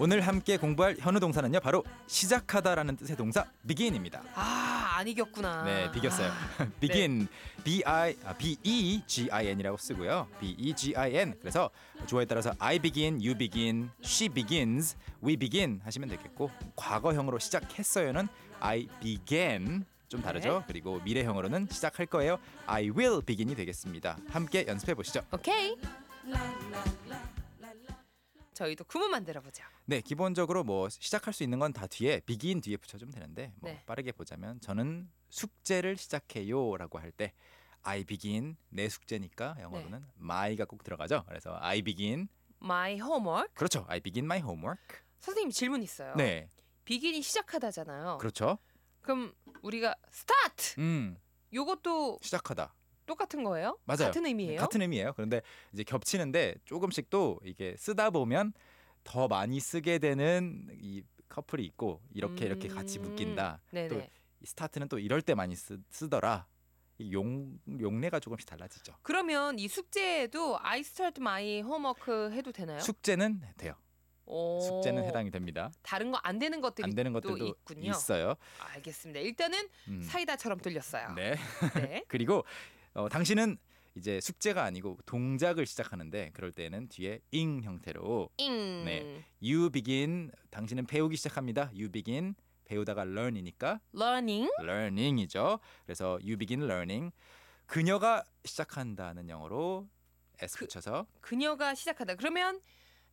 오늘 함께 공부할 현우 동사는요 바로 시작하다라는 뜻의 동사 begin입니다. 아, 안 이겼구나. 네, 비겼어요. begin, b i b e g i n이라고 쓰고요. b e g i n. 그래서 주어에 따라서 I begin, you begin, she begins, we begin 하시면 되겠고 과거형으로 시작했어요는 I began. 좀 다르죠? 그리고 미래형으로는 시작할 거예요. I will begin이 되겠습니다. 함께 연습해 보시죠. 오케이. 저희도 구문 만들어 보자. 네, 기본적으로 뭐 시작할 수 있는 건 다 뒤에 begin 뒤에 붙여주면 되는데 뭐 네. 빠르게 보자면 저는 숙제를 시작해요라고 할 때 I begin 내 숙제니까 영어로는 네. my가 꼭 들어가죠. 그래서 I begin My homework. 그렇죠. I begin my homework. 선생님 질문 있어요. 네, 비긴이 시작하다잖아요. 그렇죠. 그럼 우리가 스타트. 음, 요것도 시작하다. 똑같은 거예요? 맞아요. 네, 같은 의미예요? 같은 의미예요. 그런데 이제 겹치는데 조금씩 또 이게 쓰다 보면 더 많이 쓰게 되는 이 커플이 있고 이렇게 이렇게 같이 음. 묶인다. 네네. 또 이 스타트는 또 이럴 때 많이 쓰, 쓰더라. 이 용, 용례가 조금씩 달라지죠. 그러면 이 숙제에도 I start my homework 해도 되나요? 숙제는 돼요. 오. 숙제는 해당이 됩니다. 다른 거 안 되는 것들이 안 되는 또 것들도 있군요. 어요 음. 알겠습니다. 일단은 사이다처럼 들렸어요. 네. 네. 그리고 어, 당신은 이제 숙제가 아니고 동작을 시작하는데 그럴 때는 뒤에 잉 형태로 잉. 네. you begin 당신은 배우기 시작합니다. you begin 배우다가 learn이니까 learning. learning이죠. 그래서 you begin learning 그녀가 시작한다는 영어로 s 그- 붙여서 그녀가 시작하다. 그러면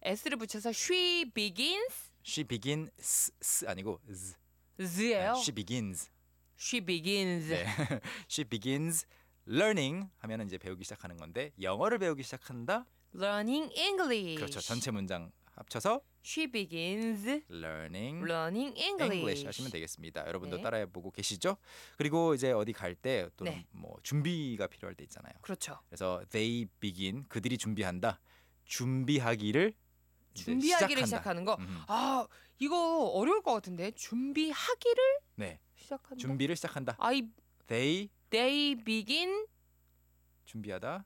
s를 붙여서 she begins she begins s 아니고 z z예요. she begins she begins. 네. she begins learning 하면은 이제 배우기 시작하는 건데 영어를 배우기 시작한다. learning English. 그렇죠. 전체 문장 합쳐서 she begins learning learning English. English 하시면 되겠습니다. 여러분도 네. 따라해보고 계시죠? 그리고 이제 어디 갈 때 또는 네. 뭐 준비가 필요할 때 있잖아요. 그렇죠. 그래서 they begin 그들이 준비한다. 준비하기를 이제 시작한다. 준비하기를 시작하는 거. 음, 아, 이거 어려울 것 같은데. 준비하기를 네, 시작한다. 준비를 시작한다. I They they begin 준비하다.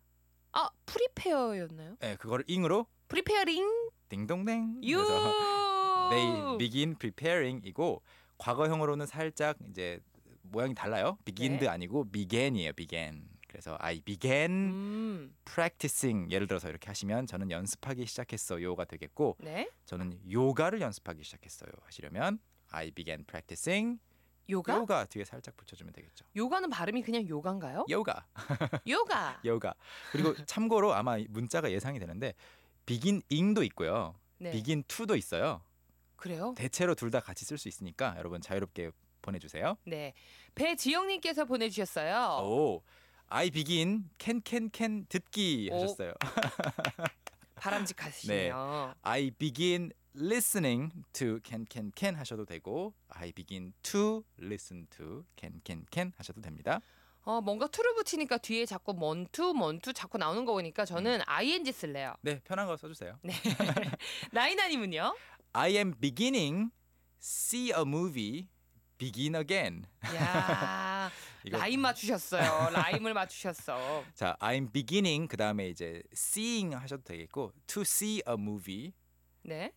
아, prepare였나요? 네, 그거를 ing으로 preparing 딩동댕. you. 그래서 Oh. They begin preparing이고 과거형으로는 살짝 이제 모양이 달라요. Begin도 네. 아니고 began이에요. Began. 그래서 I began 음. practicing 예를 들어서 이렇게 하시면 저는 연습하기 시작했어요가 되겠고 네. 저는 요가를 연습하기 시작했어요 하시려면 I began practicing 요가? 요가 뒤에 살짝 붙여주면 되겠죠. 요가는 발음이 그냥 요가인가요? 요가 요가. 요가 그리고 참고로 아마 이 문자가 예상이 되는데 begining도 있고요. 네. begin to도 있어요. 그래요? 대체로 둘 다 같이 쓸 수 있으니까 여러분 자유롭게 보내주세요. 네. 배지영님께서 보내주셨어요. 오, I begin 캔캔캔 듣기 오. 하셨어요. 바람직하시네요. I begin listening to 캔캔캔 하셔도 되고 I begin to listen to 캔캔캔 하셔도 됩니다. 어, 뭔가 투를 붙이니까 뒤에 자꾸 먼투 먼투 자꾸 나오는 거 보니까 저는 음. ing 쓸래요. 네, 편한 거 써주세요. 나이나님은요? I am beginning see a movie begin again. 야 이거- 라임 맞추셨어요. 라임을 맞추셨어. 자, I'm beginning 그 다음에 이제 seeing 하셔도 되겠고 to see a movie 네.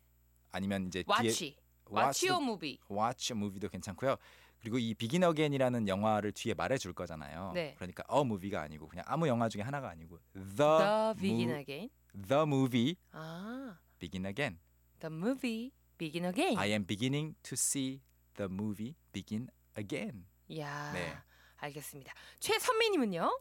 아니면 이제 뒤에 Watch. Watch watch도 your movie. watch a movie도 괜찮고요. 그리고 이 begin again이라는 영화를 뒤에 말해줄 거잖아요. 네. 그러니까 a movie가 아니고 그냥 아무 영화 중에 하나가 아니고 the, The mo- begin again. the movie 아, begin again. the movie begin again. I am beginning to see the movie begin again. 야. 네. 알겠습니다. 최선미님은요?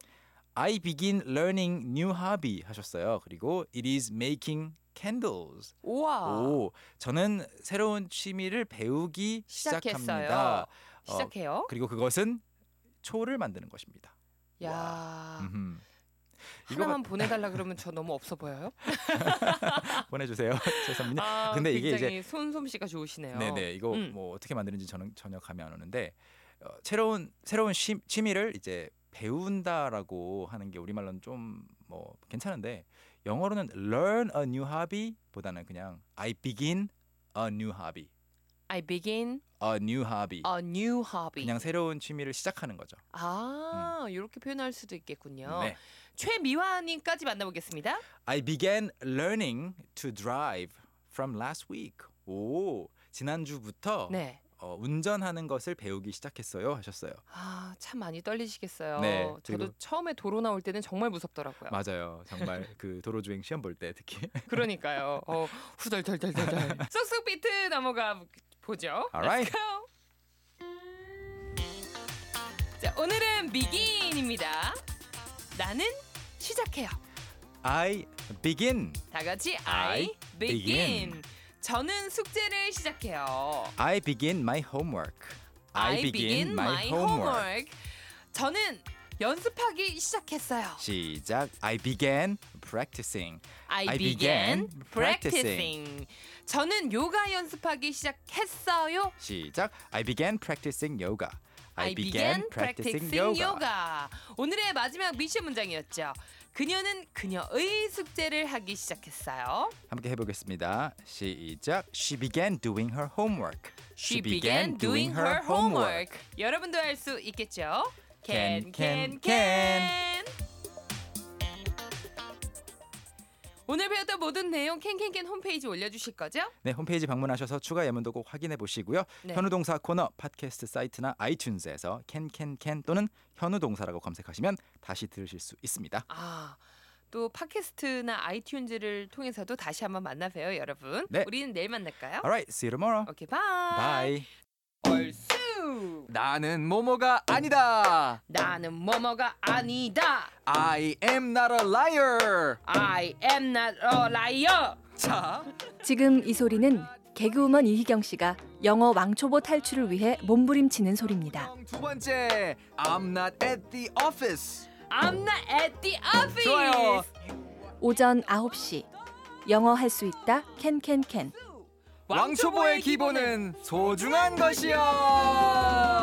I begin learning new hobby 하셨어요. 그리고 it is making candles. 우와. 오, 어. 저는 새로운 취미를 배우기 시작했어요. 시작합니다. 어, 시작해요. 그리고 그것은 초를 만드는 것입니다. 야. 아. 음흠. 이거 하나만 보내달라 그러면 저 너무 없어 보여요. 보내주세요. 죄송합니다. 아, 근데 이게 굉장히 손솜씨가 좋으시네요. 네네 이거 음. 뭐 어떻게 만드는지 저는 전혀 감이 안 오는데 어, 새로운 새로운 취, 취미를 이제 배운다라고 하는 게 우리말로는 좀 뭐 괜찮은데 영어로는 learn a new hobby보다는 그냥 I begin a new hobby I begin a new hobby. a new hobby. 그냥 새로운 취미를 시작하는 거죠. 아, 이렇게 표현할 수도 있겠군요. 음. 네. 최미화님까지 만나보겠습니다. I began learning to drive from last week. 오, 지난주부터 네. 어, 운전하는 것을 배우기 시작했어요 하셨어요. 아, 참 많이 떨리시겠어요. 네, 저도 그리고- 처음에 도로 나올 때는 정말 무섭더라고요. 맞아요. 정말 그 도로 주행 시험 볼 때 특히. 그러니까요. 어, 후덜덜덜덜덜. 쏙쏙 비트 넘어가 보죠. Alright. Let's go. 자, 오늘은 비긴입니다. 나는 시작해요. I begin. 다 같이 I I begin. begin. 저는 숙제를 시작해요. I begin my homework. I begin my homework. 저는 연습하기 시작했어요. 시작. I began practicing. I I began began practicing. 저는 요가 연습하기 시작했어요. 시작. I began practicing yoga. I began practicing yoga. 오늘의 마지막 미션 문장이었죠. 그녀는 그녀의 숙제를 하기 시작했어요. 함께 해보겠습니다. 시작. She began doing her homework. She began doing her homework. 여러분도 할 수 있겠죠? Can Can, can can, can. 오늘 배웠던 모든 내용 캔캔캔 홈페이지 올려주실 거죠? 네 홈페이지 방문하셔서 추가 예문도 꼭 확인해 보시고요. 네. 현우동사 코너 팟캐스트 사이트나 아이튠즈에서 캔캔캔 또는 현우동사라고 검색하시면 다시 들으실 수 있습니다. 아. 또 팟캐스트나 아이튠즈를 통해서도 다시 한번 만나세요, 여러분. 네. 우리는 내일 만날까요? Alright, see you tomorrow. 오케이, 바이. Bye. 얼쑤. 나는 모모가 아니다. 나는 뭐뭐가 아니다. I am not a liar. I am not a liar. 자, 지금 이 소리는 개그우먼 이희경 씨가 영어 왕초보 탈출을 위해 몸부림치는 소리입니다. 두 번째. I'm not at the office. I'm not at the office. 좋아요. 오전 9시 영어 할 수 있다 캔캔캔 왕초보의 기본은 소중한 것이여.